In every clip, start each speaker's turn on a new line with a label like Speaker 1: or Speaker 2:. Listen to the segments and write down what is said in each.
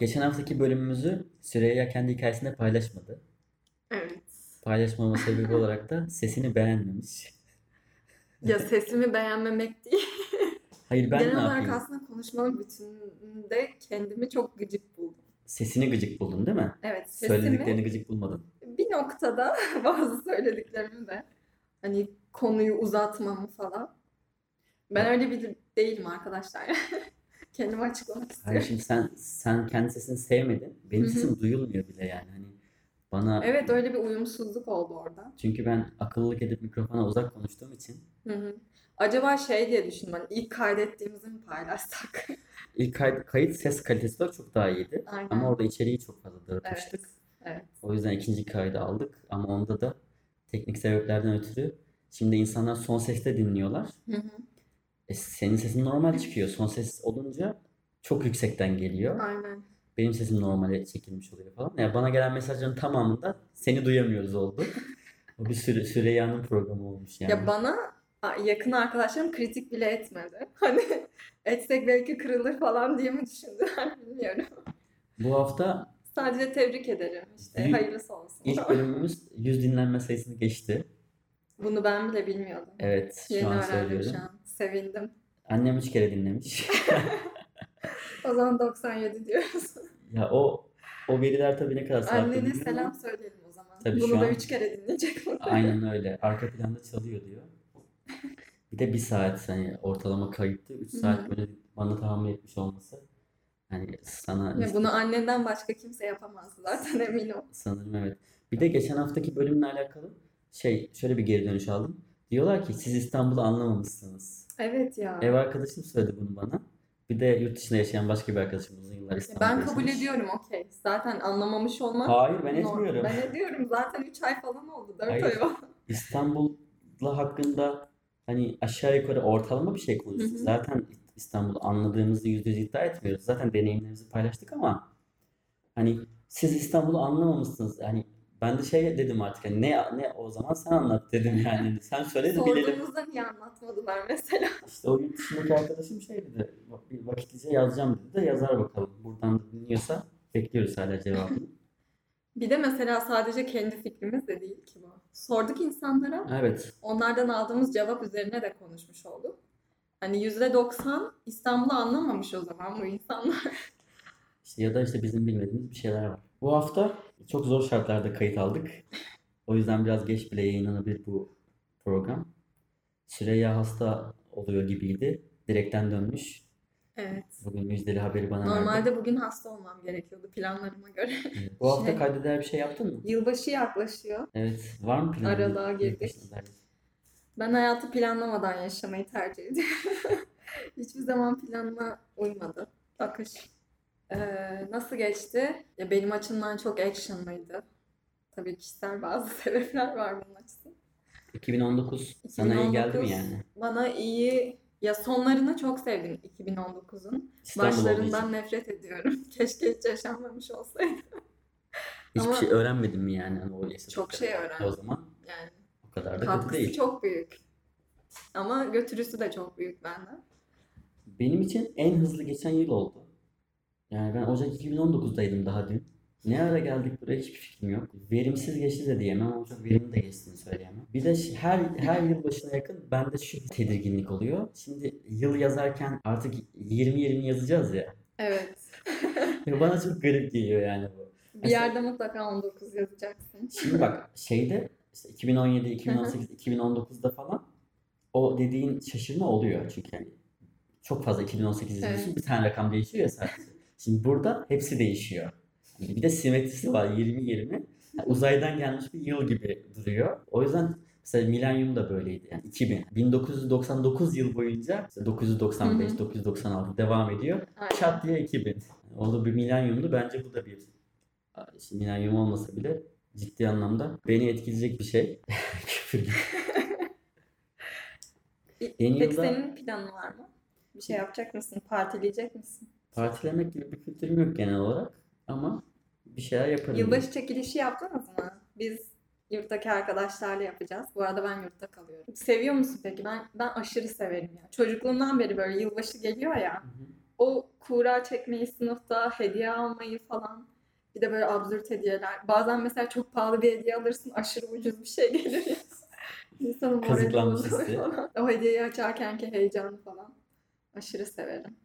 Speaker 1: geçen haftaki bölümümüzü Süreyya kendi hikayesinde paylaşmadı.
Speaker 2: Evet.
Speaker 1: Paylaşmama sebebi olarak da sesini beğenmemiş.
Speaker 2: Ya sesimi beğenmemek değil.
Speaker 1: Hayır ben ne
Speaker 2: Genel olarak
Speaker 1: yapayım?
Speaker 2: aslında konuşmanın bütününde kendimi çok gıcık buldum.
Speaker 1: Sesini gıcık buldun değil mi?
Speaker 2: Evet
Speaker 1: Söylediklerini
Speaker 2: sesimi
Speaker 1: gıcık bulmadın.
Speaker 2: bir noktada bazı söylediklerimi de hani konuyu uzatmamı falan. Ben öyle bir değilim arkadaşlar. Kendimi açıklamak
Speaker 1: Hayır
Speaker 2: istiyorum.
Speaker 1: şimdi sen sen kendi sesini sevmedin. Benim
Speaker 2: Hı hı.
Speaker 1: sesim duyulmuyor bile yani. Hani bana
Speaker 2: Evet öyle bir uyumsuzluk oldu orada.
Speaker 1: çünkü ben akıllılık edip mikrofona uzak konuştuğum için
Speaker 2: Hı hı. Acaba şey diye düşündüm hani ilk kaydettiğimizi mi paylaşsak?
Speaker 1: ilk kayıt, kayıt ses kalitesi de çok daha iyiydi.
Speaker 2: Aynen.
Speaker 1: Ama orada içeriği çok fazla
Speaker 2: evet.
Speaker 1: dağıtmıştık.
Speaker 2: evet.
Speaker 1: O yüzden ikinci kaydı aldık ama onda da teknik sebeplerden ötürü şimdi insanlar son seste dinliyorlar.
Speaker 2: Hı hı.
Speaker 1: E, senin sesin normal çıkıyor. Son ses olunca çok yüksekten geliyor.
Speaker 2: Aynen.
Speaker 1: Benim sesim normale çekilmiş oluyor falan. Ya bana gelen mesajların tamamında seni duyamıyoruz oldu. O bir süre Süreyya'nın programı olmuş yani.
Speaker 2: Ya bana a- yakın arkadaşlarım kritik bile etmedi. Hani etsek belki kırılır falan diye mi düşündüler bilmiyorum.
Speaker 1: Bu hafta
Speaker 2: Sadece tebrik ederim işte
Speaker 1: İlk-
Speaker 2: hayırlısı olsun.
Speaker 1: ilk bölümümüz 100 dinlenme sayısını geçti.
Speaker 2: Bunu ben bile bilmiyordum.
Speaker 1: Evet, şu
Speaker 2: Yeni
Speaker 1: an
Speaker 2: öğrendim
Speaker 1: söylüyorum.
Speaker 2: şu an. Sevindim.
Speaker 1: Annem 3 kere dinlemiş.
Speaker 2: O zaman 97 diyoruz.
Speaker 1: Ya o o veriler tabii ne kadar sağlıklı
Speaker 2: Annene
Speaker 1: bilmiyorum ama-
Speaker 2: selam söyleyelim o zaman.
Speaker 1: Tabii şu
Speaker 2: Bunu da
Speaker 1: an-
Speaker 2: 3 kere dinleyecek burada.
Speaker 1: Aynen öyle. Arka planda çalıyor diyor. Bir de bir saat hani ortalama kayıttı. 3
Speaker 2: Hı hı.
Speaker 1: saat böyle bana tahammül etmiş olması. Hani sana
Speaker 2: Ya bunu annenden başka kimse yapamaz zaten emin ol.
Speaker 1: sanırım evet. Bir de geçen haftaki bölümle alakalı şey şöyle bir geri dönüş aldım. Diyorlar ki siz İstanbul'u anlamamışsınız.
Speaker 2: Evet ya. E,
Speaker 1: Ev arkadaşım söyledi bunu bana. Bir de yurt dışında yaşayan başka bir arkadaşım uzun yıllar
Speaker 2: Ya
Speaker 1: İstanbul'da
Speaker 2: Ben kabul
Speaker 1: yaşamış.
Speaker 2: ediyorum okey. Zaten anlamamış olmak
Speaker 1: Hayır ben
Speaker 2: normal.
Speaker 1: etmiyorum.
Speaker 2: Ben ediyorum. Zaten 3 ay falan oldu. 4
Speaker 1: Hayır.
Speaker 2: ay oldu.
Speaker 1: İstanbul'la hakkında hani aşağı yukarı ortalama bir şey konuştuk.
Speaker 2: Hı hı.
Speaker 1: Zaten İstanbul'u anladığımızı yüzde yüz iddia etmiyoruz. Zaten deneyimlerimizi paylaştık ama hani siz İstanbul'u anlamamışsınız. Yani ben de şey dedim artık hani ne ne o zaman sen anlat dedim yani. Sen söyle de bilelim.
Speaker 2: Sorduğumuzda niye anlatmadılar mesela?
Speaker 1: İşte o yurt dışındaki arkadaşım şey dedi. "Bak Bir vakitlice yazacağım dedi de yazar bakalım. Buradan da dinliyorsa bekliyoruz hala cevabını.
Speaker 2: Bir de mesela sadece kendi fikrimiz de değil ki bu. Sorduk insanlara,
Speaker 1: Evet.
Speaker 2: onlardan aldığımız cevap üzerine de konuşmuş olduk. Hani %90 İstanbul'u anlamamış o zaman bu insanlar.
Speaker 1: İşte ya da işte bizim bilmediğimiz bir şeyler var. Bu hafta çok zor şartlarda kayıt aldık. O yüzden biraz geç bile yayınlanabilir bu program. Süreyya hasta oluyor gibiydi. Direkten dönmüş.
Speaker 2: Evet.
Speaker 1: Bugün müjdeli haberi bana verdi.
Speaker 2: Normalde bugün hasta olmam gerekiyordu planlarıma göre.
Speaker 1: Evet. Bu hafta
Speaker 2: Şey-
Speaker 1: kaydeder bir şey yaptın mı?
Speaker 2: Yılbaşı yaklaşıyor.
Speaker 1: Evet. Var mı planın?
Speaker 2: Aralığa
Speaker 1: Yurt
Speaker 2: girdik.
Speaker 1: dışında dair?
Speaker 2: Ben hayatı planlamadan yaşamayı tercih ediyorum. Hiçbir zaman planıma uymadı. Akış. Ee, nasıl geçti? Ya benim açımdan çok actionlıydı. Tabii kişisel bazı sebepler var bunun açısından.
Speaker 1: 2019 sana iyi geldi mi
Speaker 2: 2019
Speaker 1: yani?
Speaker 2: Bana iyi ya sonlarını çok sevdim 2019'un.
Speaker 1: İstanbul olduğu için.
Speaker 2: Başlarından nefret ediyorum. Keşke hiç yaşanmamış olsaydı.
Speaker 1: Hiçbir
Speaker 2: ama-
Speaker 1: şey öğrenmedin mi yani? Hani o yaşadıkları?
Speaker 2: Çok şey öğrendim.
Speaker 1: O zaman
Speaker 2: Yani
Speaker 1: o kadar da kötü
Speaker 2: katkısı
Speaker 1: değil.
Speaker 2: çok büyük. Ama götürüsü de çok büyük benden.
Speaker 1: Benim için en hızlı geçen yıl oldu. Yani ben Ocak 2019'daydım daha dün. Ne ara geldik buraya hiçbir fikrim yok. Verimsiz geçti de diyemem ama çok verimli de geçtiğini söyleyemem. Bir de ş- her her yıl başına yakın bende şu tedirginlik oluyor. Şimdi yıl yazarken artık 20-20 yazacağız ya.
Speaker 2: Evet.
Speaker 1: Ya Bana çok garip geliyor yani bu.
Speaker 2: Bir yerde mutlaka 19 yazacaksın.
Speaker 1: Şimdi bak şeyde işte 2017, 2018, 2019'da falan o dediğin şaşırma oluyor çünkü yani çok fazla 2018
Speaker 2: Evet.
Speaker 1: izliyorsun bir tane rakam değişiyor ya sadece. Şimdi burada hepsi değişiyor. Yani bir de simetrisi var 20-20. Yani uzaydan gelmiş bir yıl gibi duruyor. O yüzden mesela milenyum da böyleydi. Yani 2000, 1999 yıl boyunca işte 995,
Speaker 2: Hı hı.
Speaker 1: 996 devam ediyor.
Speaker 2: Aynen.
Speaker 1: Çat diye 2000. O da bir milenyumdu. Bence bu da bir işte milenyum olmasa bile ciddi anlamda beni etkileyecek bir şey. Küfür gibi. Yeni
Speaker 2: Peki
Speaker 1: yılda-
Speaker 2: senin planın var mı? Bir şey yapacak mısın? Partileyecek misin?
Speaker 1: Partilemek gibi bir kültürüm yok genel olarak ama bir şeyler yaparım.
Speaker 2: Yılbaşı çekilişi yaptınız mı? Biz yurttaki arkadaşlarla yapacağız. Bu arada ben yurtta kalıyorum. Seviyor musun peki? Ben ben aşırı severim ya. Çocukluğumdan beri böyle yılbaşı geliyor ya.
Speaker 1: Hı hı.
Speaker 2: o kura çekmeyi sınıfta, hediye almayı falan. Bir de böyle absürt hediyeler. Bazen mesela çok pahalı bir hediye alırsın, aşırı ucuz bir şey gelir. ya. İnsanın morali
Speaker 1: Kazıklanmış
Speaker 2: bozulur
Speaker 1: hissi.
Speaker 2: falan. O hediyeyi açarkenki heyecanı falan. Aşırı severim.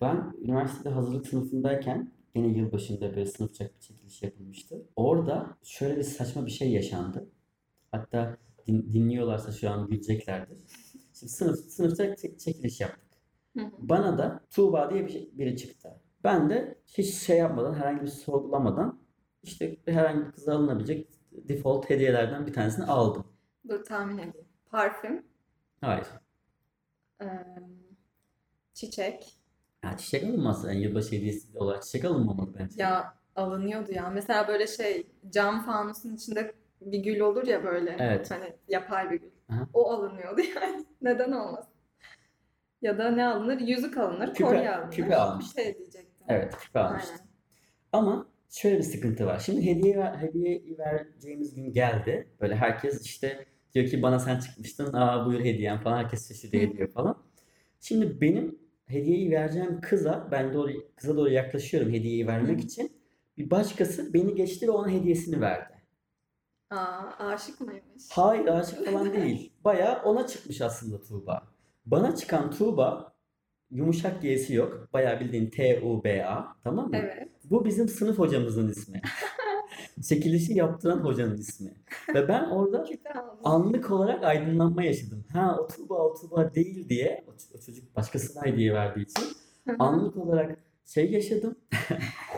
Speaker 1: Ben üniversitede hazırlık sınıfındayken yine yılbaşında böyle sınıfça bir çekiliş yapılmıştı. Orada şöyle bir saçma bir şey yaşandı. Hatta din- dinliyorlarsa şu an güleceklerdir. Şimdi sınıf, sınıfta çek- çekiliş yaptık.
Speaker 2: Hı hı.
Speaker 1: Bana da Tuğba diye bir şey- biri çıktı. Ben de hiç şey yapmadan, herhangi bir sorgulamadan işte herhangi bir kıza alınabilecek default hediyelerden bir tanesini aldım.
Speaker 2: Dur tahmin edeyim. Parfüm,
Speaker 1: Hayır.
Speaker 2: eee, çiçek.
Speaker 1: Ya çiçek alınmaz. Yani yılbaşı hediyesi olarak çiçek alınmamalı bence.
Speaker 2: Ya alınıyordu ya. Mesela böyle şey cam fanusun içinde bir gül olur ya böyle.
Speaker 1: Evet.
Speaker 2: Hani yapay bir gül.
Speaker 1: Aha.
Speaker 2: O alınıyordu yani. Neden olmasın? Ya da ne alınır? Yüzük alınır,
Speaker 1: Küpe-
Speaker 2: kolye alınır.
Speaker 1: küpe almıştım.
Speaker 2: Şey diyecektim.
Speaker 1: Evet, küpe almıştım.
Speaker 2: Aynen.
Speaker 1: Ama şöyle bir sıkıntı var. Şimdi hediye ver- hediye vereceğimiz gün geldi. Böyle herkes işte diyor ki bana sen çıkmıştın. Aa buyur hediyem falan. Herkes şaşırıyor
Speaker 2: Hı hı.
Speaker 1: ediyor falan. Şimdi benim hediyeyi vereceğim kıza ben doğru kıza doğru yaklaşıyorum hediyeyi vermek
Speaker 2: Hı.
Speaker 1: için. Bir başkası beni geçti ve ona hediyesini verdi.
Speaker 2: Aa, aşık mıymış?
Speaker 1: Hayır aşık falan değil. Bayağı ona çıkmış aslında Tuğba. Bana çıkan Tuğba yumuşak G'si yok. Bayağı bildiğin T-U-B-A tamam mı?
Speaker 2: Evet.
Speaker 1: Bu bizim sınıf hocamızın ismi. Çekilişi yaptıran hocanın ismi. Ve ben orada
Speaker 2: Küpe almış.
Speaker 1: anlık olarak aydınlanma yaşadım. Ha o Tuğba o Tuğba değil diye o, ç- o çocuk başkasına hediye verdiği için
Speaker 2: Hı hı.
Speaker 1: anlık olarak şey yaşadım.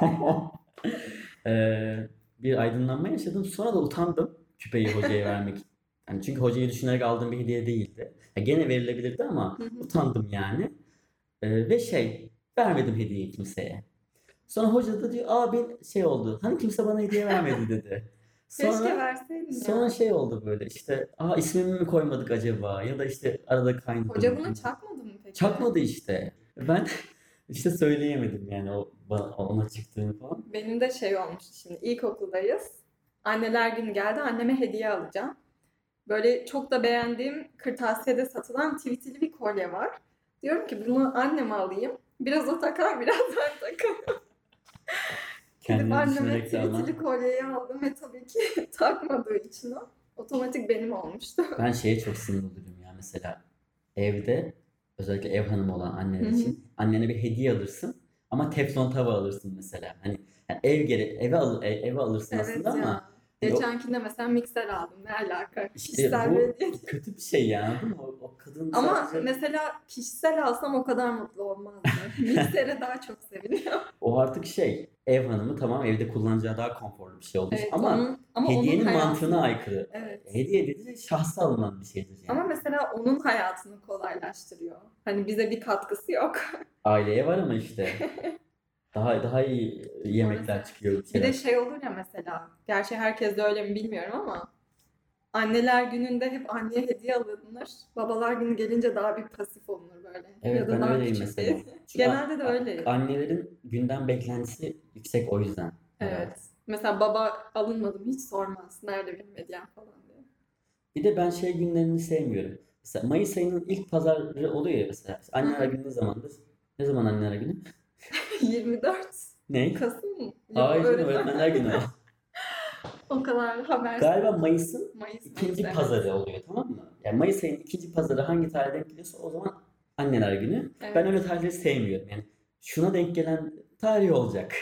Speaker 1: Ee, bir aydınlanma yaşadım. Sonra da utandım küpeyi hocaya vermek. Yani çünkü hocayı düşünerek aldığım bir hediye değildi. Ya gene verilebilirdi ama
Speaker 2: Hı hı.
Speaker 1: utandım yani. Ee, ve şey vermedim hediyeyi kimseye. Sonra hoca da diyor aa ben şey oldu. Hani kimse bana hediye vermedi dedi.
Speaker 2: Keşke
Speaker 1: Sonra
Speaker 2: verseydin ya.
Speaker 1: sonra şey oldu böyle işte aa ismimi mi koymadık acaba ya da işte arada kaynadı.
Speaker 2: Hoca
Speaker 1: mı?
Speaker 2: bunu çakmadı mı peki?
Speaker 1: Çakmadı işte. Ben işte söyleyemedim yani o ba- ona çıktığını falan.
Speaker 2: Benim de şey olmuştu şimdi ilkokuldayız. Anneler günü geldi. Anneme hediye alacağım. Böyle çok da beğendiğim kırtasiyede satılan tweetili bir kolye var. Diyorum ki bunu anneme alayım. Biraz o takar, biraz ben takarım. Gidip
Speaker 1: Kendini
Speaker 2: anneme
Speaker 1: düşünerek de ama.
Speaker 2: tweetili kolyeyi aldım ve tabii ki takmadığı için o. Otomatik benim olmuştu.
Speaker 1: Ben şeye çok sinir olurum ya mesela evde özellikle ev hanımı olan
Speaker 2: Hı
Speaker 1: anneler
Speaker 2: hı.
Speaker 1: için annene bir hediye alırsın ama teflon tava alırsın mesela. Hani yani ev geri eve al, e- eve alırsın
Speaker 2: Evet
Speaker 1: aslında ama
Speaker 2: ya. Geçenkinde mesela mikser aldım. Ne alaka?
Speaker 1: İşte
Speaker 2: Kişisel
Speaker 1: bu-
Speaker 2: bir hediye.
Speaker 1: kötü bir şey yani. değil mi? O, o kadın
Speaker 2: Ama
Speaker 1: sadece-
Speaker 2: mesela kişisel alsam o kadar mutlu olmazdım. Miksere daha çok seviniyorum.
Speaker 1: o artık şey ev hanımı tamam evde kullanacağı daha konforlu bir şey olmuş
Speaker 2: Evet,
Speaker 1: ama
Speaker 2: onun, ama
Speaker 1: hediyenin
Speaker 2: onun hayatını-
Speaker 1: mantığına aykırı.
Speaker 2: Evet.
Speaker 1: Hediye dediği şahsa alınan bir şeydir yani.
Speaker 2: Ama mesela onun hayatını kolaylaştırıyor. Hani bize bir katkısı yok.
Speaker 1: Aileye var ama işte. Daha daha iyi yemekler çıkıyor.
Speaker 2: Bir
Speaker 1: şeyler
Speaker 2: de şey olur ya mesela. Gerçi herkes de öyle mi bilmiyorum ama anneler gününde hep anneye hediye alınır. Babalar günü gelince daha bir pasif olunur böyle.
Speaker 1: Evet
Speaker 2: ya da
Speaker 1: ben
Speaker 2: daha
Speaker 1: öyleyim
Speaker 2: küçük
Speaker 1: mesela.
Speaker 2: bir-
Speaker 1: Çünkü
Speaker 2: Genelde de
Speaker 1: a-
Speaker 2: öyle.
Speaker 1: Annelerin günden beklentisi yüksek o yüzden.
Speaker 2: Evet. Mesela baba alınmadı mı hiç sormaz. Nerede benim hediyem falan diye.
Speaker 1: Bir de ben şey günlerini sevmiyorum. Mesela Mayıs ayının ilk pazarı oluyor ya mesela. İşte anneler
Speaker 2: Hı.
Speaker 1: günü ne zamandır? Ne zaman anneler günü?
Speaker 2: 24
Speaker 1: Ne?
Speaker 2: Kasım mı? Yok,
Speaker 1: Hayır canım,
Speaker 2: öğretmen-
Speaker 1: öğretmenler günü.
Speaker 2: O kadar haber.
Speaker 1: Galiba Mayıs'ın
Speaker 2: Mayıs,
Speaker 1: ikinci
Speaker 2: Mayıs,
Speaker 1: pazarı oluyor tamam mı? Yani Mayıs ayının ikinci pazarı hangi tarihe denk geliyorsa o zaman anneler günü.
Speaker 2: Evet.
Speaker 1: Ben öyle tarihleri sevmiyorum. Yani şuna denk gelen tarih olacak.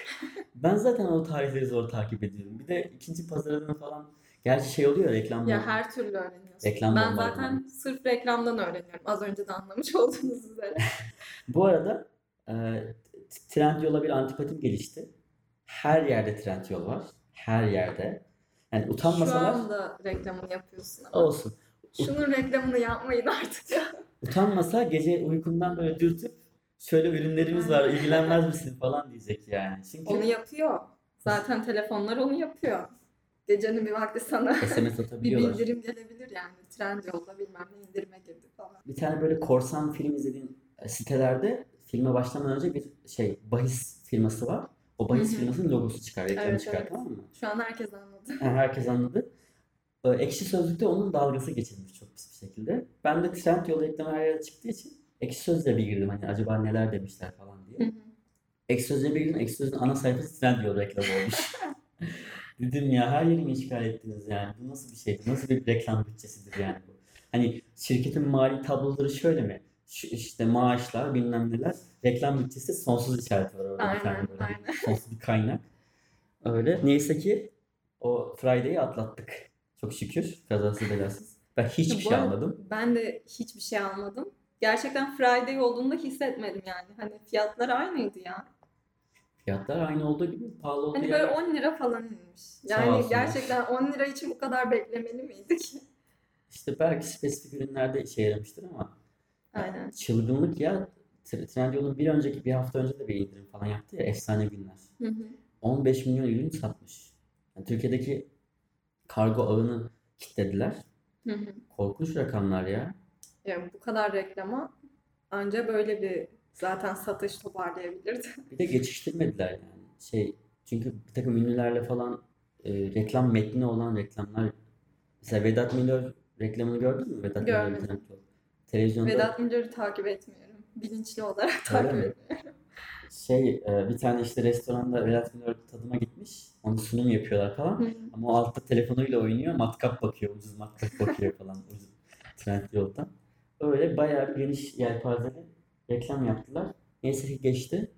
Speaker 1: ben zaten o tarihleri zor takip ediyorum. Bir de ikinci pazarını falan gerçi şey oluyor reklam
Speaker 2: Ya her türlü öğreniyorsun.
Speaker 1: Reklam
Speaker 2: ben
Speaker 1: bombardımanı.
Speaker 2: zaten sırf reklamdan öğreniyorum. Az önce de anlamış olduğunuz üzere.
Speaker 1: Bu arada e, t- Trendyol'a bir antipatim gelişti. Her yerde Trendyol var. Her yerde. Yani utanmasalar
Speaker 2: Şu anda reklamını yapıyorsun ama.
Speaker 1: olsun.
Speaker 2: Şunun reklamını yapmayın artık ya.
Speaker 1: Utanmasa gece uykumdan böyle dürtüp şöyle ürünlerimiz var ilgilenmez misin falan diyecek yani. Çünkü
Speaker 2: Onu yapıyor. Zaten telefonlar onu yapıyor. Gecenin bir vakti sana
Speaker 1: SMS
Speaker 2: bir
Speaker 1: atabiliyorlar.
Speaker 2: bildirim gelebilir yani. Trendyol'da bilmem ne indirime girdi falan.
Speaker 1: bir tane böyle korsan film izlediğin e, sitelerde filme başlamadan önce bir şey bahis firması var. O bahis
Speaker 2: Hı hı.
Speaker 1: firmasının logosu çıkar, reklamı
Speaker 2: Evet,
Speaker 1: çıkar
Speaker 2: evet.
Speaker 1: tamam mı?
Speaker 2: Şu an herkes anladı.
Speaker 1: Yani herkes anladı. Ee, Ekşi Sözlük'te onun dalgası geçilmiş çok pis bir şekilde. Ben de Trendyol reklamı her yere çıktığı için Ekşi Sözlüğe bir girdim hani acaba neler demişler falan diye.
Speaker 2: Hı hı.
Speaker 1: Ekşi Sözlüğe bir girdim. Ekşi Sözlüğün ana sayfası Trendyol reklamı olmuş. Dedim ya her yerimi işgal ettiniz yani. Bu nasıl bir şeydir? Nasıl bir reklam bütçesidir yani bu? Hani şirketin mali tabloları şöyle mi? Şu işte maaşlar bilmem neler. Reklam bütçesi sonsuz işareti var orada bir tane
Speaker 2: Aynen,
Speaker 1: böyle.
Speaker 2: aynen.
Speaker 1: Sonsuz bir kaynak. Öyle. Neyse ki o Friday'i atlattık. Çok şükür. Kazasız belasız. Ben hiçbir
Speaker 2: Bu
Speaker 1: şey
Speaker 2: arada-
Speaker 1: almadım.
Speaker 2: Ben de hiçbir şey almadım. Gerçekten Friday olduğunda hissetmedim yani. Hani fiyatlar aynıydı ya.
Speaker 1: Fiyatlar aynı olduğu gibi pahalı olduğu
Speaker 2: Hani
Speaker 1: yerler-
Speaker 2: böyle 10 lira falan inmiş.
Speaker 1: Sağ
Speaker 2: Yani
Speaker 1: olsunlar.
Speaker 2: gerçekten 10 lira için bu kadar beklemeli miydik?
Speaker 1: İşte belki spesifik ürünlerde işe yaramıştır ama
Speaker 2: Aynen.
Speaker 1: çılgınlık ya. Tr- Trendyol'un bir önceki bir hafta önce de bir indirim falan yaptı ya efsane günler.
Speaker 2: Hı hı.
Speaker 1: 15 milyon ürün satmış. Yani Türkiye'deki kargo ağını kilitlediler.
Speaker 2: Hı hı.
Speaker 1: Korkunç rakamlar ya.
Speaker 2: Yani bu kadar reklama anca böyle bir zaten satış toparlayabilirdi.
Speaker 1: Bir de geçiştirmediler yani. Şey çünkü bir takım ünlülerle falan e, reklam metni olan reklamlar mesela Vedat Milor reklamını gördün mü? Vedat Milor'un
Speaker 2: Görmedim.
Speaker 1: Trendyol. Televizyonda
Speaker 2: Vedat Milor'u takip etmiyorum. Bilinçli olarak
Speaker 1: Öyle
Speaker 2: takip
Speaker 1: mi?
Speaker 2: etmiyorum.
Speaker 1: şey e, bir tane işte restoranda Vedat Milor tadıma gitmiş. Onu sunum yapıyorlar falan.
Speaker 2: Hı.
Speaker 1: Ama o altta telefonuyla oynuyor. Matkap bakıyor. Ucuz matkap bakıyor falan. Ucuz trend yoldan. Öyle bayağı bir geniş yelpazede reklam yaptılar. Neyse ki geçti.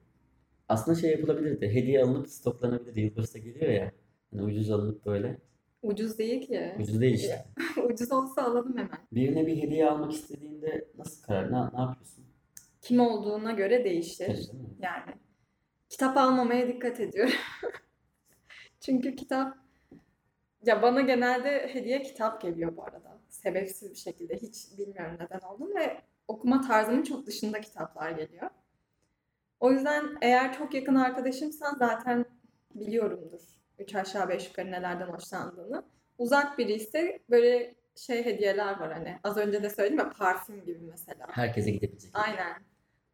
Speaker 1: Aslında şey yapılabilirdi. Hediye alınıp stoklanabilirdi. Yılbaşı da geliyor ya. Hani ucuz alınıp böyle.
Speaker 2: Ucuz değil ki.
Speaker 1: Ucuz değil işte.
Speaker 2: Ucuz olsa alalım hemen.
Speaker 1: Birine bir hediye almak istediğinde nasıl karar? Ne, ne yapıyorsun?
Speaker 2: Kim olduğuna göre değişir.
Speaker 1: Tabii değil mi?
Speaker 2: Yani kitap almamaya dikkat ediyorum. Çünkü kitap ya bana genelde hediye kitap geliyor bu arada. Sebepsiz bir şekilde hiç bilmiyorum neden oldum ve okuma tarzımın çok dışında kitaplar geliyor. O yüzden eğer çok yakın arkadaşımsan zaten biliyorumdur. Üç aşağı beş yukarı nelerden hoşlandığını. Uzak biri ise böyle şey hediyeler var hani. Az önce de söyledim ya parfüm gibi mesela.
Speaker 1: Herkese gidebilecek.
Speaker 2: Aynen.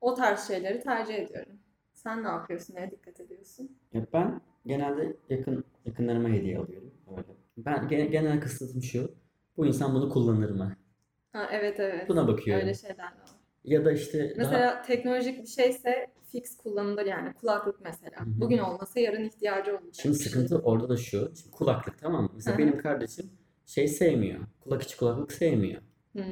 Speaker 2: O tarz şeyleri tercih ediyorum. Sen ne yapıyorsun? Neye dikkat ediyorsun?
Speaker 1: Ya ben genelde yakın yakınlarıma hediye alıyorum. Öyle. Ben gene- genel kısıtım şu. Bu insan bunu kullanır mı?
Speaker 2: Ha evet evet.
Speaker 1: Buna bakıyorum.
Speaker 2: Öyle şeyler de var.
Speaker 1: Ya da işte daha-
Speaker 2: Mesela teknolojik bir şeyse fix kullanılır yani. Kulaklık mesela.
Speaker 1: Hı hı.
Speaker 2: Bugün olmasa yarın ihtiyacı olacak.
Speaker 1: Şimdi sıkıntı orada da şu. Şimdi kulaklık tamam mı? Mesela
Speaker 2: Hı hı.
Speaker 1: benim kardeşim şey sevmiyor. Kulak içi kulaklık sevmiyor.
Speaker 2: Hmm,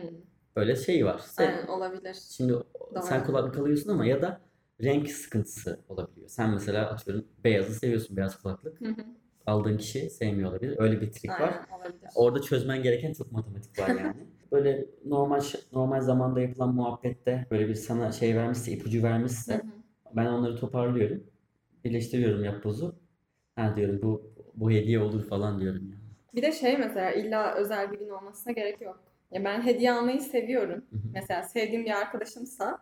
Speaker 1: Böyle şey var. Se-
Speaker 2: aynen, olabilir.
Speaker 1: Şimdi o-
Speaker 2: Doğru.
Speaker 1: sen kulaklık alıyorsun ama ya da renk sıkıntısı olabiliyor. Sen mesela atıyorum beyazı seviyorsun beyaz kulaklık.
Speaker 2: Hı hı,
Speaker 1: Aldığın kişi sevmiyor olabilir. Öyle bir trik var.
Speaker 2: aynen olabilir.
Speaker 1: Orada çözmen gereken çok matematik var yani. Böyle normal ş- normal zamanda yapılan muhabbette böyle bir sana şey vermişse, ipucu
Speaker 2: Hı
Speaker 1: vermişse
Speaker 2: hı.
Speaker 1: ben onları toparlıyorum. Birleştiriyorum yapbozu. Ha diyorum bu bu hediye olur falan diyorum ya.
Speaker 2: Bir de şey mesela illa özel bir gün olmasına gerek yok. Ya ben hediye almayı seviyorum.
Speaker 1: Hı hı.
Speaker 2: Mesela sevdiğim bir arkadaşımsa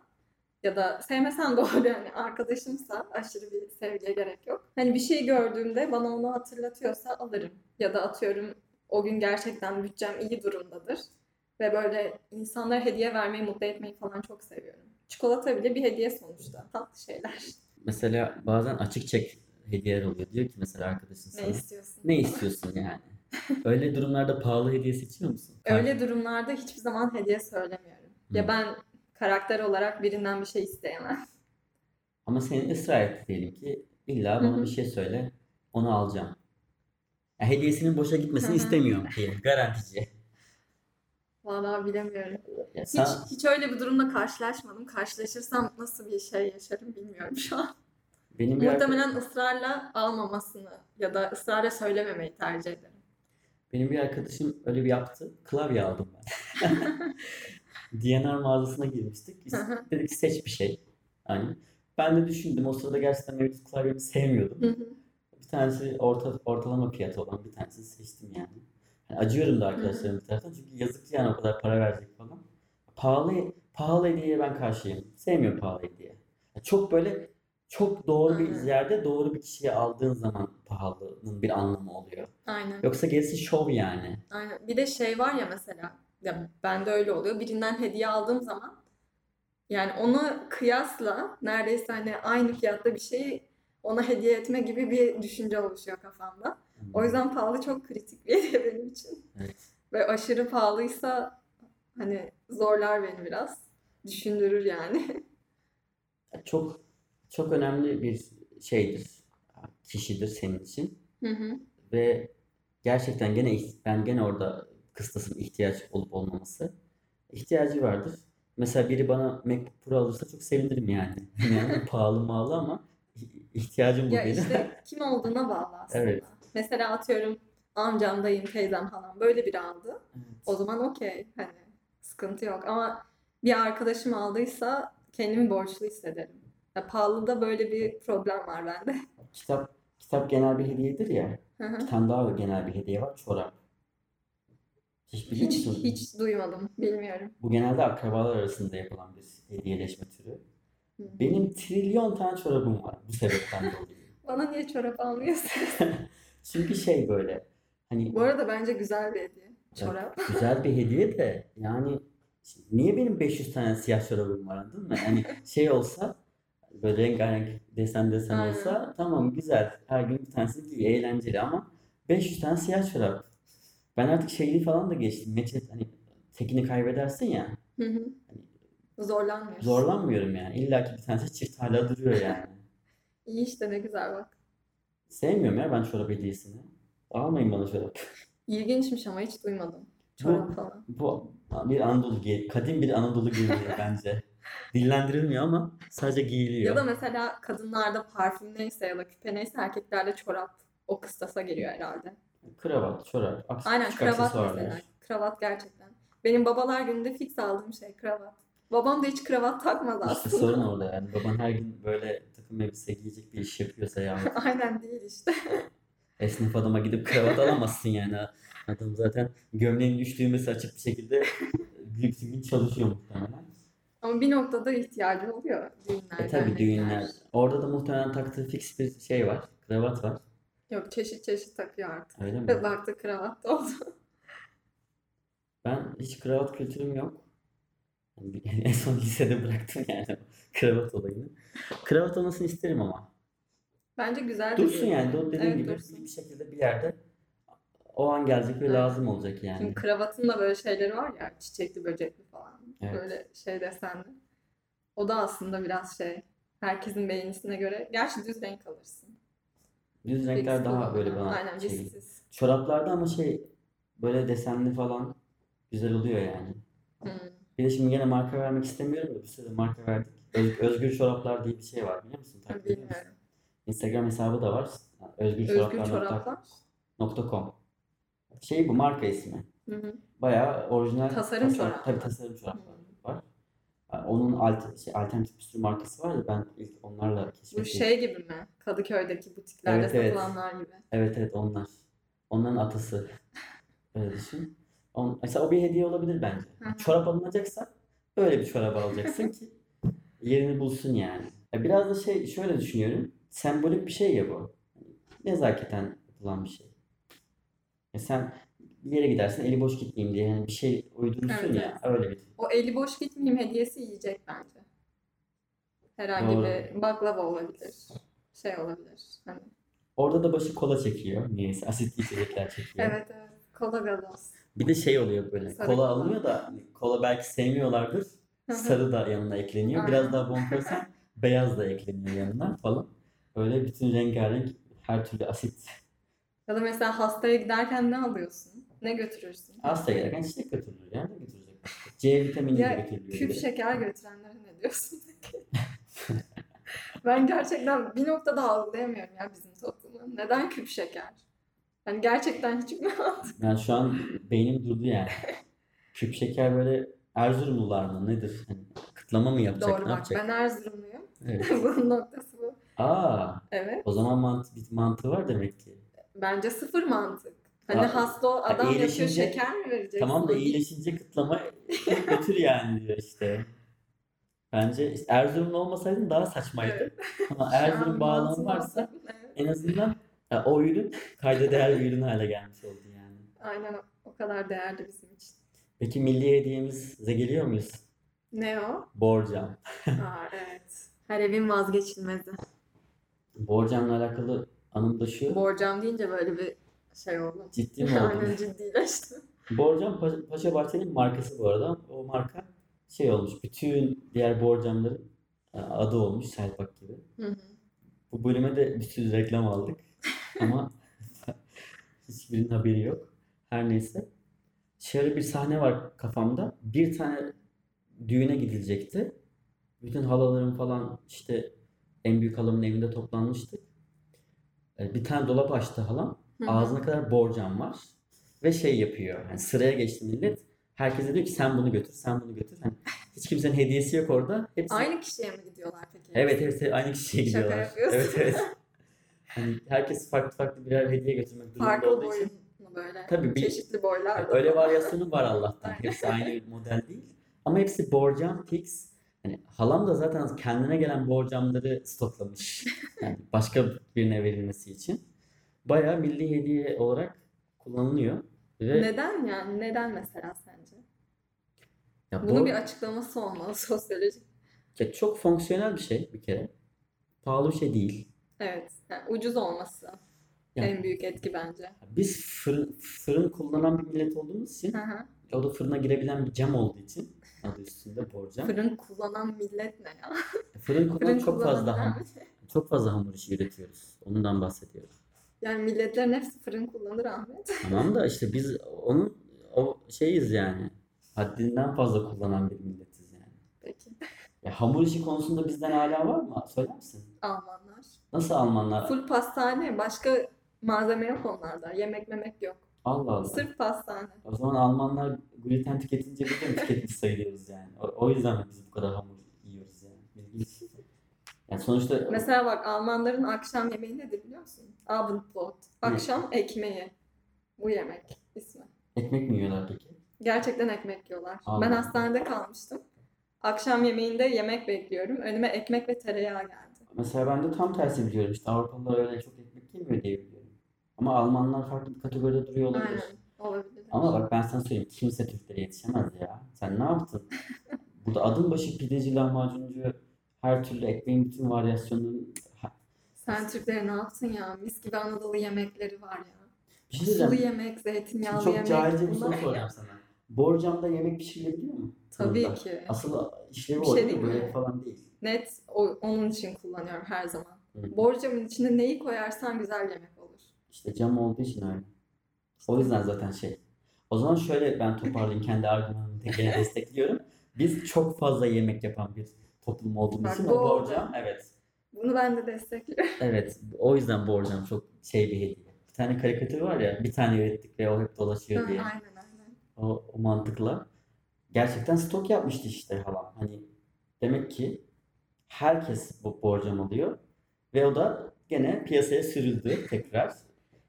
Speaker 2: ya da sevmesen de olur yani arkadaşımsa aşırı bir sevgiye gerek yok. Hani bir şey gördüğümde bana onu hatırlatıyorsa alırım. Ya da atıyorum o gün gerçekten bütçem iyi durumdadır. Ve böyle insanlara hediye vermeyi, mutlu etmeyi falan çok seviyorum. Çikolata bile bir hediye sonuçta. Tatlı şeyler.
Speaker 1: Mesela bazen açık çek hediyeler oluyor. Diyor ki mesela arkadaşın
Speaker 2: Ne
Speaker 1: sana
Speaker 2: istiyorsun?
Speaker 1: ne istiyorsun yani? Öyle durumlarda pahalı hediye seçiyor musun?
Speaker 2: Öyle durumlarda hiçbir zaman hediye söylemiyorum. Ya
Speaker 1: Hı.
Speaker 2: ben karakter olarak birinden bir şey isteyemem.
Speaker 1: Ama senin ısrar etti diyelim ki illa bana
Speaker 2: Hı hı.
Speaker 1: bir şey söyle onu alacağım. Ya hediyesinin boşa gitmesini
Speaker 2: Hı hı.
Speaker 1: istemiyorum diyelim garantici.
Speaker 2: Vallahi bilemiyorum.
Speaker 1: Ya
Speaker 2: Hiç,
Speaker 1: sen
Speaker 2: hiç öyle bir durumla karşılaşmadım. Karşılaşırsam nasıl bir şey yaşarım bilmiyorum şu an.
Speaker 1: benim bir arka-
Speaker 2: Muhtemelen ısrarla almamasını ya da ısrarla söylememeyi tercih ederim.
Speaker 1: Benim bir arkadaşım öyle bir yaptı. Klavye aldım ben. D&R mağazasına girmiştik. Biz
Speaker 2: Hı hı.
Speaker 1: Dedik seç bir şey. Hani ben de düşündüm. O sırada gerçekten mevcut klavyemi sevmiyordum.
Speaker 2: Hı hı.
Speaker 1: Bir tanesi orta, ortalama fiyatı olan bir tanesini seçtim yani. Hani acıyorum da arkadaşlarım bir taraftan. Çünkü yazık yani o kadar para verecek falan. Pahalı, pahalı hediyeye ben karşıyım. Sevmiyorum pahalı hediye. Yani çok böyle çok doğru bir
Speaker 2: Aynen.
Speaker 1: yerde doğru bir kişiye aldığın zaman pahalının bir anlamı oluyor.
Speaker 2: Aynen.
Speaker 1: Yoksa gerisi şov yani.
Speaker 2: Aynen. Bir de şey var ya mesela ya bende öyle oluyor. Birinden hediye aldığım zaman yani ona kıyasla neredeyse hani aynı fiyatta bir şeyi ona hediye etme gibi bir düşünce oluşuyor kafamda. O yüzden pahalı çok kritik bir hediye benim için.
Speaker 1: Evet.
Speaker 2: Ve aşırı pahalıysa hani zorlar beni biraz. düşündürür yani.
Speaker 1: Ya Çok çok önemli bir şeydir. Kişidir senin için.
Speaker 2: Hı hı.
Speaker 1: Ve gerçekten gene iht- ben gene orada kıstasım ihtiyaç olup olmaması. İhtiyacı vardır. Mesela biri bana MacBook Pro alırsa çok sevinirim yani. Hani Yani pahalı mağalı ama ih- ihtiyacım bu
Speaker 2: Ya
Speaker 1: benim.
Speaker 2: işte kim olduğuna bağlı aslında.
Speaker 1: Evet.
Speaker 2: Mesela atıyorum amcam, dayım, teyzem falan böyle biri aldı. O zaman okey hani sıkıntı yok. Ama bir arkadaşım aldıysa kendimi borçlu hissederim. Ya pahalıda böyle bir problem var bende.
Speaker 1: Kitap kitap genel bir hediyedir ya.
Speaker 2: Hı hı.
Speaker 1: Bir tane daha genel bir hediye var. Çorap. Hiç biliyor
Speaker 2: hiç,
Speaker 1: musun?
Speaker 2: hiç duymadım. Bilmiyorum.
Speaker 1: Bu genelde akrabalar arasında yapılan bir hediyeleşme türü.
Speaker 2: Hı.
Speaker 1: Benim trilyon tane çorabım var bu sebepten dolayı.
Speaker 2: Bana niye çorap almıyorsun?
Speaker 1: Çünkü şey böyle hani
Speaker 2: Bu arada bence güzel bir hediye. Çorap.
Speaker 1: güzel bir hediye de yani şimdi niye benim 500 tane siyah çorabım var anladın mı? Yani şey olsa böyle rengarenk desen desen
Speaker 2: Aynen.
Speaker 1: olsa tamam güzel her gün bir tanesini giy eğlenceli ama 500 tane siyah çorap. Ben artık şeyli falan da geçtim. Meçet hani tekini kaybedersin ya
Speaker 2: Hı hı. Hani, Zorlanmıyorsun.
Speaker 1: zorlanmıyorum yani. İlla ki bir tanesi çift hala duruyor yani.
Speaker 2: İyi işte ne güzel bak.
Speaker 1: Sevmiyorum ya ben çorap hediyesini. Almayın bana çorap.
Speaker 2: İlginçmiş ama hiç duymadım.
Speaker 1: Bu,
Speaker 2: Çorap falan.
Speaker 1: bu bir Anadolu giy kadim bir Anadolu giyimidir bence. Dillendirilmiyor ama sadece giyiliyor.
Speaker 2: Ya da mesela kadınlarda parfüm neyse ya da küpe neyse erkeklerde çorap o kıstasa giriyor herhalde.
Speaker 1: Kravat, çorap, aks
Speaker 2: Aynen
Speaker 1: küçük
Speaker 2: kravat
Speaker 1: aksesuarlar.
Speaker 2: mesela. Kravat gerçekten. Benim babalar gününde fix aldığım şey kravat. Babam da hiç kravat takmaz
Speaker 1: İşte
Speaker 2: aslında.
Speaker 1: sorun orada yani. Baban her gün böyle takım elbise giyecek bir iş yapıyorsa yani.
Speaker 2: Aynen değil işte.
Speaker 1: Esnaf adama gidip kravat alamazsın yani. Adam zaten gömleğin üç düğmesi açık bir şekilde lüks gün çalışıyor muhtemelen.
Speaker 2: Ama bir noktada ihtiyacı oluyor düğünlerde.
Speaker 1: E tabii
Speaker 2: örnekler.
Speaker 1: düğünler. Orada da muhtemelen taktığı fix bir şey var. Kravat var.
Speaker 2: Yok çeşit çeşit takıyor artık.
Speaker 1: Öyle mi?
Speaker 2: Ve baktı kravat da oldu.
Speaker 1: Ben hiç kravat kültürüm yok. Yani en son lisede bıraktım yani o kravat olayını. Kravat olmasını isterim ama.
Speaker 2: Bence güzel bir
Speaker 1: Dursun
Speaker 2: hediye.
Speaker 1: yani o dediğim
Speaker 2: Evet,
Speaker 1: gibi
Speaker 2: dursun.
Speaker 1: bir şekilde bir yerde o an gelecek ve
Speaker 2: Evet.
Speaker 1: lazım olacak yani.
Speaker 2: Şimdi kravatın da böyle şeyleri var ya çiçekli böcekli falan.
Speaker 1: Evet.
Speaker 2: Böyle şey desenli. O da aslında biraz şey herkesin beğenisine göre. Gerçi düz renk alırsın.
Speaker 1: Düz renkler
Speaker 2: Fix
Speaker 1: daha
Speaker 2: kullanma.
Speaker 1: böyle bana
Speaker 2: Aynen
Speaker 1: şey.
Speaker 2: risksiz.
Speaker 1: Çoraplarda ama şey böyle desenli falan güzel oluyor yani.
Speaker 2: Hmm.
Speaker 1: Bir de şimdi gene marka vermek istemiyorum da bir sürü marka verdik. Öz- özgür çoraplar diye bir şey var biliyor musun? Takip ediyor musun?
Speaker 2: Bilmiyorum.
Speaker 1: Instagram hesabı da var. Özgür
Speaker 2: Özgür
Speaker 1: Çoraplar nokta-
Speaker 2: çoraplar.
Speaker 1: .com. Şey bu marka ismi.
Speaker 2: Hı hı.
Speaker 1: Bayağı orijinal
Speaker 2: Tasarım çorap.
Speaker 1: Tabii tasarım
Speaker 2: Hı.
Speaker 1: çoraplar var. Yani onun alt, şey, alternatif bir sürü markası var ya ben ilk onlarla
Speaker 2: Bu
Speaker 1: keşfettim.
Speaker 2: şey gibi mi? Kadıköy'deki butiklerde
Speaker 1: Evet, evet.
Speaker 2: satılanlar gibi.
Speaker 1: Evet evet onlar. Onların atası. Öyle düşün. On, mesela o bir hediye olabilir bence.
Speaker 2: Hı hı.
Speaker 1: Çorap alınacaksa böyle bir çorap alacaksın ki yerini bulsun yani. Ya Biraz da şey şöyle düşünüyorum. Sembolik bir şey ya bu. Nezaketen yapılan bir şey. Ya sen bir yere gidersin eli boş gitmeyeyim diye yani bir şey uydurursun
Speaker 2: Evet,
Speaker 1: ya öyle bir.
Speaker 2: O eli boş gitmeyeyim hediyesi yiyecek bence. Herhangi
Speaker 1: Doğru.
Speaker 2: bir baklava olabilir. Şey olabilir. Hani.
Speaker 1: Orada da başı kola çekiyor. Niyeyse asitli içecekler çekiyor.
Speaker 2: Evet evet. Kola gazoz.
Speaker 1: Bir de şey oluyor böyle.
Speaker 2: Sarı
Speaker 1: kola
Speaker 2: kola.
Speaker 1: alınıyor da hani kola belki sevmiyorlardır.
Speaker 2: Hı hı.
Speaker 1: Sarı da yanına ekleniyor.
Speaker 2: Aynen.
Speaker 1: Biraz daha bonkörsen beyaz da ekleniyor yanına falan. Böyle bütün rengarenk her türlü asit.
Speaker 2: Ya da mesela hastaya giderken ne alıyorsun? Ne götürürsün?
Speaker 1: Hasta gereken çiçek götürülür. Yani ne götürecek? C vitamini de
Speaker 2: Ya,
Speaker 1: götürülüyor.
Speaker 2: Küp
Speaker 1: bir de.
Speaker 2: şeker götürenlere ne diyorsun? ben gerçekten bir noktada algılayamıyorum ya bizim toplumu. Neden küp şeker? Yani gerçekten hiç mi?
Speaker 1: Yani şu an beynim durdu yani. Küp şeker böyle Erzurumlular mı nedir? Hani kıtlama mı yapacak?
Speaker 2: Doğru
Speaker 1: ne
Speaker 2: bak
Speaker 1: yapacak?
Speaker 2: ben Erzurumluyum.
Speaker 1: Evet.
Speaker 2: Bunun noktası bu.
Speaker 1: Aa,
Speaker 2: Evet.
Speaker 1: o zaman mant bir mantığı var demek ki.
Speaker 2: Bence sıfır mantık. Hani
Speaker 1: Ya-
Speaker 2: hasta o adam yapıyor
Speaker 1: iyileşince-
Speaker 2: şeker mi vereceksin?
Speaker 1: Tamam da iyileşince kıtlama götür yani diyor işte. Bence işte Erzurumlu olmasaydın daha saçmaydı.
Speaker 2: Evet.
Speaker 1: Ama
Speaker 2: Şu an
Speaker 1: Erzurum bağlamı
Speaker 2: mantığı-
Speaker 1: varsa
Speaker 2: Evet.
Speaker 1: en azından ya, o ürün kayda değer bir ürün hale gelmiş oldu yani.
Speaker 2: Aynen o- o kadar değerli bizim için.
Speaker 1: Peki milli hediyemize geliyor muyuz?
Speaker 2: Ne o?
Speaker 1: Borcam.
Speaker 2: Aa, evet. Her evin vazgeçilmezi.
Speaker 1: Borcamla alakalı anım da şu.
Speaker 2: Borcam deyince böyle bir şey oldu.
Speaker 1: Ciddi mi oldu?
Speaker 2: Aynen ciddileştim.
Speaker 1: Borcam Pa- Paşa Bahçe'nin markası bu arada. O marka şey olmuş. Bütün diğer borcamların e, adı olmuş Selpak gibi.
Speaker 2: Hı hı.
Speaker 1: Bu bölüme de bir sürü reklam aldık. Ama hiçbirinin haberi yok. Her neyse. Şöyle bir sahne var kafamda. Bir tane düğüne gidilecekti. Bütün halalarım falan işte en büyük halamın evinde toplanmıştık. E, Bir tane dolap açtı halam.
Speaker 2: Hı hı.
Speaker 1: Ağzına kadar borcam var. Ve şey yapıyor. Yani sıraya geçti millet. Herkese diyor ki sen bunu götür, sen bunu götür. Hani hiç kimsenin hediyesi yok orada. Hepsi
Speaker 2: Aynı kişiye mi gidiyorlar peki?
Speaker 1: Evet evet hep aynı kişiye
Speaker 2: Şaka
Speaker 1: gidiyorlar.
Speaker 2: yapıyorsun.
Speaker 1: Evet evet. Hani herkes farklı farklı birer hediye götürmek durumunda
Speaker 2: Farklı
Speaker 1: olduğu için.
Speaker 2: boyun mu böyle?
Speaker 1: Tabii bir-
Speaker 2: Çeşitli boylar.
Speaker 1: Yani öyle varyasyonu var Allah'tan.
Speaker 2: Aynen.
Speaker 1: Hepsi aynı model değil. Ama hepsi borcam fix. Hani halam da zaten kendine gelen borcamları stoklamış. Yani başka birine verilmesi için. Bayağı milli hediye olarak kullanılıyor. Ve
Speaker 2: Neden yani? Neden mesela sence?
Speaker 1: ya
Speaker 2: Bunun
Speaker 1: bor-
Speaker 2: bir açıklaması olmalı sosyolojik.
Speaker 1: ya çok fonksiyonel bir şey bir kere. Pahalı bir şey değil.
Speaker 2: Evet. Yani ucuz olması
Speaker 1: Yani
Speaker 2: en büyük etki bence.
Speaker 1: biz fırın, fırın kullanan bir millet olduğumuz için
Speaker 2: Hı hı.
Speaker 1: O da fırına girebilen bir cam olduğu için adı üstünde borcam. Fırın,
Speaker 2: Fırın kullanan millet ne ya?
Speaker 1: kullanan
Speaker 2: Fırın
Speaker 1: çok fazla
Speaker 2: kullanan-
Speaker 1: ham, çok fazla hamur işi üretiyoruz. Ondan bahsediyorum.
Speaker 2: Yani milletlerin hepsi fırın kullanır Ahmet.
Speaker 1: tamam da işte biz onun o şeyiz yani. Haddinden fazla kullanan bir milletiz yani.
Speaker 2: Peki.
Speaker 1: Ya hamur işi konusunda bizden hala var mı? Söyler misin?
Speaker 2: Almanlar.
Speaker 1: Nasıl Almanlar?
Speaker 2: Full pastane. Başka malzeme yok onlarda. Yemek memek yok.
Speaker 1: Allah Allah.
Speaker 2: Sırf pastane.
Speaker 1: O zaman Almanlar gluten tüketince biz de mi tüketmiş sayılıyoruz yani? O, o yüzden biz bu kadar hamur yiyoruz yani. İlginç. Yani sonuçta
Speaker 2: Mesela bak Almanların akşam yemeği nedir biliyor musun? Abendbrot. Akşam ekmeği. Bu yemek ismi.
Speaker 1: ekmek mi yiyorlar peki?
Speaker 2: Gerçekten ekmek yiyorlar.
Speaker 1: Allah
Speaker 2: Ben
Speaker 1: Allah.
Speaker 2: hastanede kalmıştım. Akşam yemeğinde yemek bekliyorum. Önüme ekmek ve tereyağı geldi.
Speaker 1: Mesela ben de tam tersi biliyorum. İşte Avrupalılar öyle çok ekmek yemiyor diye biliyorum. Ama Almanlar farklı bir kategoride duruyor olabilir.
Speaker 2: Aynen. Olabilir.
Speaker 1: Ama bak ben sana söyleyeyim. Kimse Türklere yetişemez ya. Sen ne yaptın? Burada adım başı pideci, lahmacuncu, her türlü ekmeğin bütün varyasyonunu... Ha-
Speaker 2: Sen Türklere ne yaptın ya? Mis gibi Anadolu yemekleri var ya.
Speaker 1: Bir şey
Speaker 2: Sulu
Speaker 1: diyeceğim.
Speaker 2: yemek,
Speaker 1: Şimdi
Speaker 2: zeytinyağlı
Speaker 1: çok
Speaker 2: yemek.
Speaker 1: cahilce bir soru
Speaker 2: bunlar-
Speaker 1: soracağım sana. Borcamda yemek pişirilebiliyor mu?
Speaker 2: Tabii
Speaker 1: Fırında.
Speaker 2: ki.
Speaker 1: Asıl işlevi
Speaker 2: Bir
Speaker 1: o
Speaker 2: şey
Speaker 1: değil mi?
Speaker 2: değil mi?
Speaker 1: Börek falan değil.
Speaker 2: Net o- onun için kullanıyorum her zaman.
Speaker 1: Hı.
Speaker 2: Borcamın içine neyi koyarsan güzel yemek olur.
Speaker 1: İşte cam olduğu için öyle. O yüzden zaten şey. O zaman şöyle ben toparlayayım kendi argümanımı da gene destekliyorum. Biz çok fazla yemek yapan bir toplum olduğumuz
Speaker 2: Bak
Speaker 1: için
Speaker 2: bu
Speaker 1: o
Speaker 2: oldu.
Speaker 1: borcam evet.
Speaker 2: Bunu ben de destekliyorum.
Speaker 1: Evet o yüzden borcam çok şey bir hediye. Bir tane karikatür var ya bir tane ürettik ve o hep dolaşıyor diye.
Speaker 2: aynen aynen.
Speaker 1: O, o mantıkla. Gerçekten stok yapmıştı işte halam. Hani demek ki herkes bu borcam alıyor ve o da gene piyasaya sürüldü tekrar.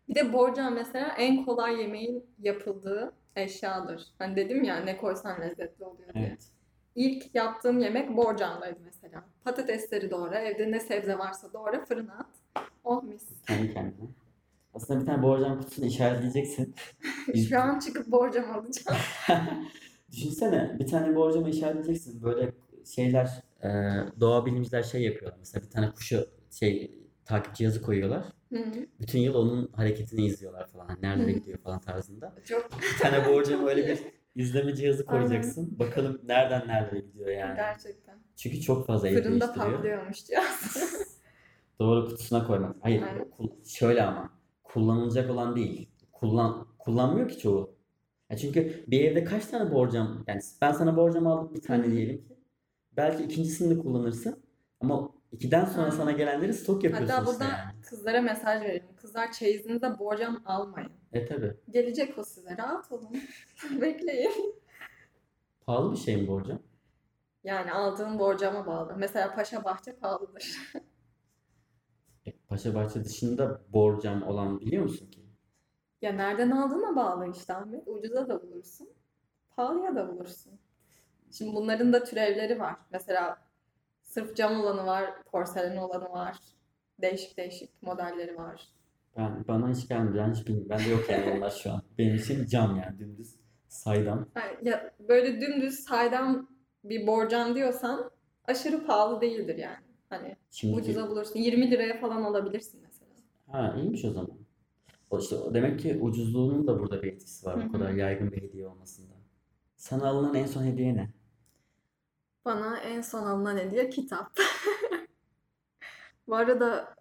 Speaker 2: Bir de borcam mesela en kolay yemeğin yapıldığı eşyadır. Hani dedim ya ne koysan lezzetli oluyor diye.
Speaker 1: Evet.
Speaker 2: İlk yaptığım yemek borcamdaydı mesela. Patatesleri doğra, evde ne sebze varsa doğra fırına at. Oh mis.
Speaker 1: Kendi kendine. Aslında bir tane borcam kutusunu işaretleyeceksin. Biz-
Speaker 2: Şu an çıkıp borcam alacağım.
Speaker 1: Düşünsene bir tane borcamı işaretleyeceksin. Böyle şeyler e, doğa bilimciler şey yapıyorlar. Mesela bir tane kuşu şey takip cihazı koyuyorlar.
Speaker 2: Hı.
Speaker 1: Bütün yıl onun hareketini izliyorlar falan. Hani Nerede
Speaker 2: Hı.
Speaker 1: gidiyor falan tarzında.
Speaker 2: Çok
Speaker 1: Bir tane borcama öyle bir izleme cihazı koyacaksın. Bakalım nereden nereye gidiyor yani.
Speaker 2: gerçekten.
Speaker 1: Çünkü çok fazla el
Speaker 2: Fırında
Speaker 1: değiştiriyor.
Speaker 2: patlıyormuş ya.
Speaker 1: Doğru kutusuna koymak. Hayır,
Speaker 2: Aynen.
Speaker 1: kul- şöyle ama kullanılacak olan değil. Kullan kullanmıyor ki çoğu. Ya çünkü bir evde kaç tane borcam yani ben sana borcam aldım bir tane
Speaker 2: Hı hı.
Speaker 1: diyelim ki. Belki ikincisini de kullanırsın ama ikiden sonra
Speaker 2: Ha.
Speaker 1: sana gelenleri stok yapıyorsun
Speaker 2: Hatta
Speaker 1: işte
Speaker 2: burada
Speaker 1: yani.
Speaker 2: kızlara mesaj verelim. Kızlar çeyizinize borcam almayın.
Speaker 1: E tabi.
Speaker 2: Gelecek o size. Rahat olun. Bekleyin.
Speaker 1: Pahalı bir şey mi borcam?
Speaker 2: Yani aldığın borcama bağlı. Mesela paşa bahçe pahalıdır.
Speaker 1: E, Paşa Bahçe dışında borcam olan biliyor musun ki?
Speaker 2: Ya nereden aldığına bağlı işte Ahmet. Ucuza da bulursun. Pahalıya da bulursun. Şimdi bunların da türevleri var. Mesela sırf cam olanı var, porselen olanı var. Değişik değişik modelleri var.
Speaker 1: Ben bana hiç gelmedi. Ben hiç bilmiyorum. Bende yok yani onlar şu an. Benim için cam yani dümdüz saydam.
Speaker 2: Yani ya böyle dümdüz saydam bir borcam diyorsan aşırı pahalı değildir yani. Hani
Speaker 1: Şimdiki-
Speaker 2: ucuza bulursun. 20 liraya falan alabilirsin mesela.
Speaker 1: Ha iyiymiş o zaman. O işte o- demek ki ucuzluğunun da burada bir etkisi var
Speaker 2: Hı
Speaker 1: bu
Speaker 2: hı.
Speaker 1: kadar yaygın bir hediye olmasında. Sana alınan en son hediye ne?
Speaker 2: Bana en son alınan hediye kitap. Bu arada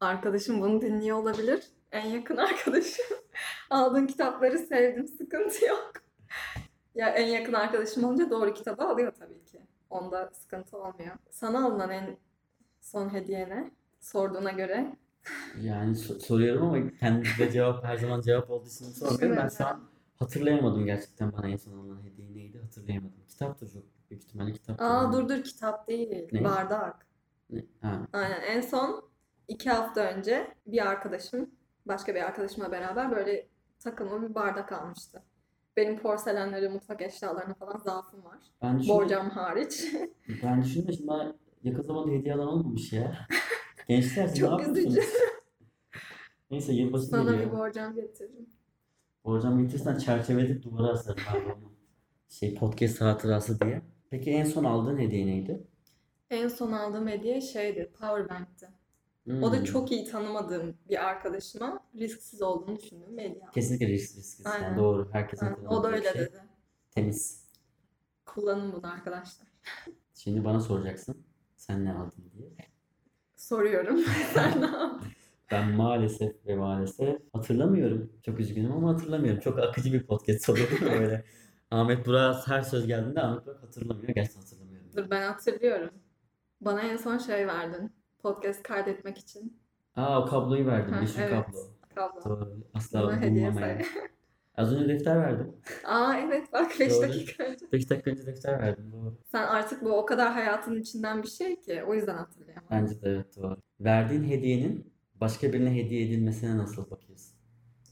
Speaker 2: arkadaşım bunu dinliyor olabilir. En yakın arkadaşım. Aldığın kitapları sevdim, sıkıntı yok. Ya en yakın arkadaşım olunca doğru kitabı alıyor tabii ki. Onda sıkıntı olmuyor. Sana alınan en son hediye ne? Sorduğuna göre.
Speaker 1: Yani so- soruyorum ama kendimde cevap her zaman cevap olduğu için sormuyorum. Ben şu an hatırlayamadım gerçekten bana en son alınan hediye neydi hatırlayamadım. Kitaptır çok büyük ihtimalle kitaptır.
Speaker 2: Aa
Speaker 1: yani.
Speaker 2: dur dur kitap değil.
Speaker 1: Ne?
Speaker 2: Bardak.
Speaker 1: Ne? Ha.
Speaker 2: Aynen en son iki hafta önce bir arkadaşım, başka bir arkadaşımla beraber böyle takımı bir bardak almıştı. Benim porselenleri, mutfak eşyalarına falan zaafım var.
Speaker 1: Ben düşündüm,
Speaker 2: Borcam hariç.
Speaker 1: ben düşündüm de şimdi bana yakın zamanda hediye alan olmamış ya. Gençler siz ne
Speaker 2: Çok üzücü.
Speaker 1: yapıyorsunuz? Neyse yılbaşı
Speaker 2: Sana bir
Speaker 1: geliyor.
Speaker 2: borcam getiririm.
Speaker 1: Borcam bitirsen çerçeveledip duvara asarım abi onu. Şey podcast hatırası diye. Peki en son aldığın hediye neydi?
Speaker 2: En son aldığım hediye şeydi, powerbank'ti. O da
Speaker 1: Hmm.
Speaker 2: çok iyi tanımadığım bir arkadaşıma risksiz olduğunu düşündüğüm bir hediye. aldım.
Speaker 1: Kesinlikle risk risk. risk.
Speaker 2: Aynen.
Speaker 1: Yani doğru. Herkesin
Speaker 2: Aynen, O da
Speaker 1: kullanacağı
Speaker 2: öyle
Speaker 1: şey.
Speaker 2: dedi.
Speaker 1: Temiz.
Speaker 2: Kullanın bunu arkadaşlar.
Speaker 1: Şimdi bana soracaksın. Sen ne aldın diye.
Speaker 2: Soruyorum. Sen ne yaptın?
Speaker 1: Ben maalesef ve maalesef hatırlamıyorum. Çok üzgünüm ama hatırlamıyorum. Çok akıcı bir podcast oluyor değil mi böyle? Ahmet Burak her söz geldiğinde Ahmet Burak hatırlamıyor. Gerçekten hatırlamıyorum.
Speaker 2: Dur ben hatırlıyorum. Bana en son şey verdin. Podcast kaydetmek için.
Speaker 1: Aa o kabloyu verdim.
Speaker 2: Ha,
Speaker 1: Yeşil
Speaker 2: evet.
Speaker 1: kablo.
Speaker 2: Kablo.
Speaker 1: Doğru. Asla
Speaker 2: Bana hediye
Speaker 1: unutulmamayan. Az önce defter verdim.
Speaker 2: Aa evet bak 5
Speaker 1: Doğru.
Speaker 2: dakika önce.
Speaker 1: 5 dakika önce defter verdim. Doğru.
Speaker 2: Sen artık bu o kadar hayatın içinden bir şey ki o yüzden hatırlayamadım.
Speaker 1: Bence de evet doğru. Verdiğin hediyenin başka birine hediye edilmesine nasıl bakıyorsun?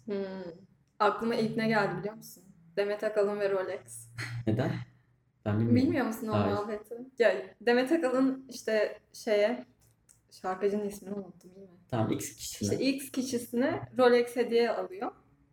Speaker 2: Hmm. Aklıma ilk ne geldi biliyor musun? Demet Akalın ve Rolex.
Speaker 1: Neden? Ben bilmiyorum.
Speaker 2: Bilmiyor musun o
Speaker 1: Hmm. Hayır.
Speaker 2: muhabbeti? Ya Demet Akalın işte şeye şarkıcının ismini unuttum iyi mi?
Speaker 1: Tamam X kişine.
Speaker 2: İşte X kişisine Rolex hediye alıyor.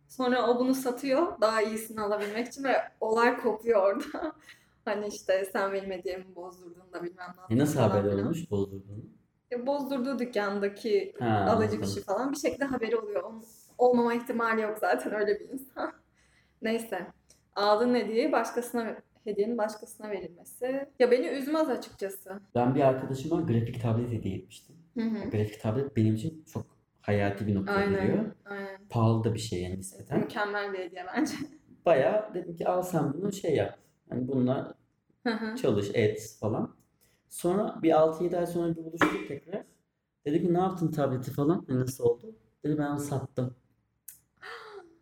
Speaker 2: Sonra o bunu satıyor daha iyisini alabilmek için ve olay kopuyor orada. Hani işte sen benim hediyemi bozdurdun da bilmem ne
Speaker 1: E,
Speaker 2: yaptın
Speaker 1: nasıl
Speaker 2: falan
Speaker 1: haber
Speaker 2: filan.
Speaker 1: olmuş bozdurduğunu?
Speaker 2: E, bozdurduğu dükkandaki
Speaker 1: Ha,
Speaker 2: alıcı
Speaker 1: anladım.
Speaker 2: kişi falan bir şekilde haberi oluyor. Onun olmama ihtimali yok zaten öyle bir insan. Neyse. Aldığın hediyeyi başkasına hediyenin başkasına verilmesi. Ya beni üzmez açıkçası.
Speaker 1: Ben bir arkadaşıma grafik tablet hediye etmiştim.
Speaker 2: Hı hı.
Speaker 1: Grafik tablet benim için çok hayati bir noktaya geliyor.
Speaker 2: Aynen. Aynen.
Speaker 1: Pahalı da bir şey yani nispeten.
Speaker 2: Mükemmel bir hediye bence.
Speaker 1: Bayağı dedim ki al sen bunu şey yap. Yani bununla
Speaker 2: Hı hı.
Speaker 1: çalış et falan. Sonra bir 6-7 ay sonra bir buluştuk tekrar. Dedi ki ne yaptın tableti falan? E, nasıl oldu? Dedi ben sattım.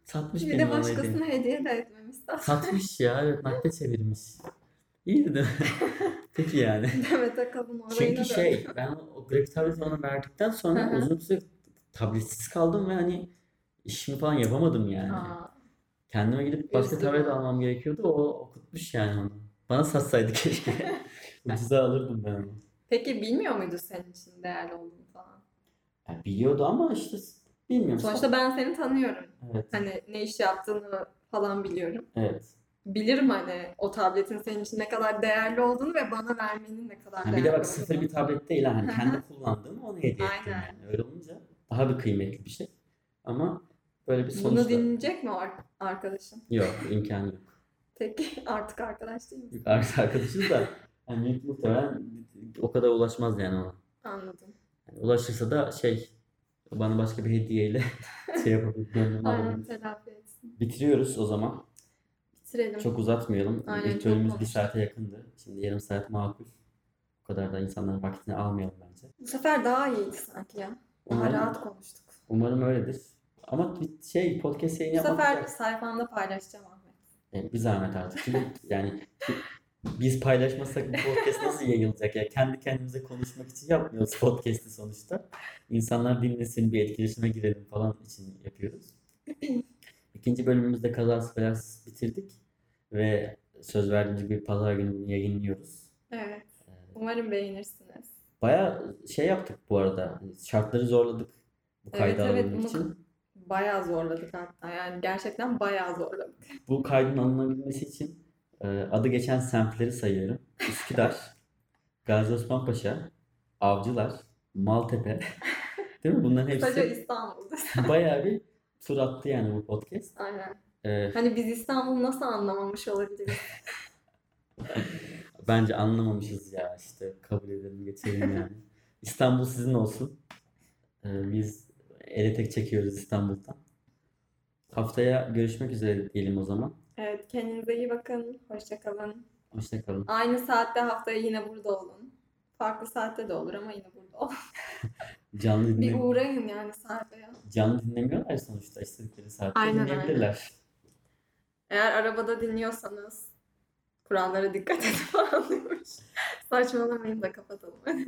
Speaker 1: Satmış
Speaker 2: bir
Speaker 1: benim
Speaker 2: de
Speaker 1: ona hediye.
Speaker 2: başkasına hediye de etmemiz lazım.
Speaker 1: Satmış ya evet nakde çevirmiş. İyi dedim. Peki yani.
Speaker 2: Demet Akalın olayına
Speaker 1: Çünkü
Speaker 2: da-
Speaker 1: şey ben o grafik tableti ona verdikten sonra
Speaker 2: Hı hı.
Speaker 1: uzun süre tabletsiz kaldım ve hani işimi falan yapamadım yani.
Speaker 2: Aa,
Speaker 1: Kendime gidip başka
Speaker 2: Üzgünüm.
Speaker 1: tablet almam gerekiyordu. O okutmuş yani onu. Bana satsaydı keşke. Ucuza alırdım ben onu.
Speaker 2: Peki bilmiyor muydu senin için değerli olduğunu falan?
Speaker 1: Ya biliyordu ama işte bilmiyorum.
Speaker 2: Sonuçta ben seni tanıyorum.
Speaker 1: Evet,
Speaker 2: Hani ne iş yaptığını falan biliyorum.
Speaker 1: evet.
Speaker 2: bilirim hani o tabletin senin için ne kadar değerli olduğunu ve bana vermenin ne kadar
Speaker 1: Yani
Speaker 2: değerli
Speaker 1: bir de bak
Speaker 2: olduğunu.
Speaker 1: sıfır bir tablet değil ha. hani
Speaker 2: Hı
Speaker 1: kendi kullandığım onu hediye ettim
Speaker 2: Aynen.
Speaker 1: yani. Öyle olunca daha bir kıymetli bir şey. Ama böyle bir
Speaker 2: Bunu
Speaker 1: sonuçta
Speaker 2: dinleyecek mi o ar- arkadaşım?
Speaker 1: yok imkanı yok.
Speaker 2: Peki artık arkadaş değil misin?
Speaker 1: Artı arkadaşız da yani muhtemelen o kadar ulaşmaz yani ona.
Speaker 2: Anladım.
Speaker 1: Yani ulaşırsa da şey bana başka bir hediyeyle şey yapabilir, gönlümü
Speaker 2: Aynen
Speaker 1: alabilir.
Speaker 2: telafi etsin.
Speaker 1: Bitiriyoruz o zaman.
Speaker 2: Bitirelim.
Speaker 1: Çok uzatmayalım.
Speaker 2: Aynen,
Speaker 1: İlk
Speaker 2: çok
Speaker 1: bölümümüz bir
Speaker 2: konuştuk.
Speaker 1: saate yakındı. Şimdi yarım saat makul. Bu kadar da insanların vaktini almayalım bence.
Speaker 2: Bu sefer daha iyiydi sanki ya. Daha
Speaker 1: Umarım,
Speaker 2: rahat konuştuk.
Speaker 1: umarım öyledir. Ama bir şey podcast
Speaker 2: Bu
Speaker 1: yayını yapmak
Speaker 2: sefer sayfamda paylaşacağım Ahmet.
Speaker 1: Yani E, bir zahmet artık. Çünkü yani biz paylaşmasak bu podcast nasıl yayılacak? ya kendi kendimize konuşmak için yapmıyoruz podcast'i sonuçta. İnsanlar dinlesin, bir etkileşime girelim falan için yapıyoruz. İkinci bölümümüzde kazası belasız bitirdik. Ve söz verdiğimiz gibi pazar günü bunu yayınlıyoruz.
Speaker 2: Evet.
Speaker 1: Ee,
Speaker 2: Umarım beğenirsiniz.
Speaker 1: Baya şey yaptık bu arada. Hani Şartları zorladık bu
Speaker 2: Evet,
Speaker 1: kayda
Speaker 2: evet,
Speaker 1: alınmak
Speaker 2: bunu-
Speaker 1: için.
Speaker 2: Bayağı zorladık hatta. Yani gerçekten bayağı zorladık.
Speaker 1: Bu kaydın alınabilmesi için e, adı geçen semtleri sayıyorum. Üsküdar, Gazi Osman Paşa, Avcılar, Maltepe. Değil mi? Bunların
Speaker 2: Sadece
Speaker 1: hepsi
Speaker 2: İstanbul'da.
Speaker 1: bayağı bir tur attı yani bu podcast.
Speaker 2: Aynen.
Speaker 1: E,
Speaker 2: Hani biz İstanbul'u nasıl anlamamış olabiliriz?
Speaker 1: Bence anlamamışız ya işte kabul edelim geçelim yani. İstanbul sizin olsun. Ee, biz ele tek çekiyoruz İstanbul'dan. Haftaya görüşmek üzere diyelim o zaman.
Speaker 2: Evet kendinize iyi bakın. Hoşçakalın.
Speaker 1: Hoşçakalın.
Speaker 2: Aynı saatte haftaya yine burada olun. Farklı saatte de olur ama yine burada olun.
Speaker 1: Canlı
Speaker 2: Bir
Speaker 1: dinle
Speaker 2: uğrayın yani sahneye.
Speaker 1: canlı dinlemiyorlar sonuçta istedikleri saatte
Speaker 2: Aynen,
Speaker 1: dinleyebilirler.
Speaker 2: Eğer arabada dinliyorsanız kurallara dikkat edin falan demiş. Saçmalamayın da kapatalım.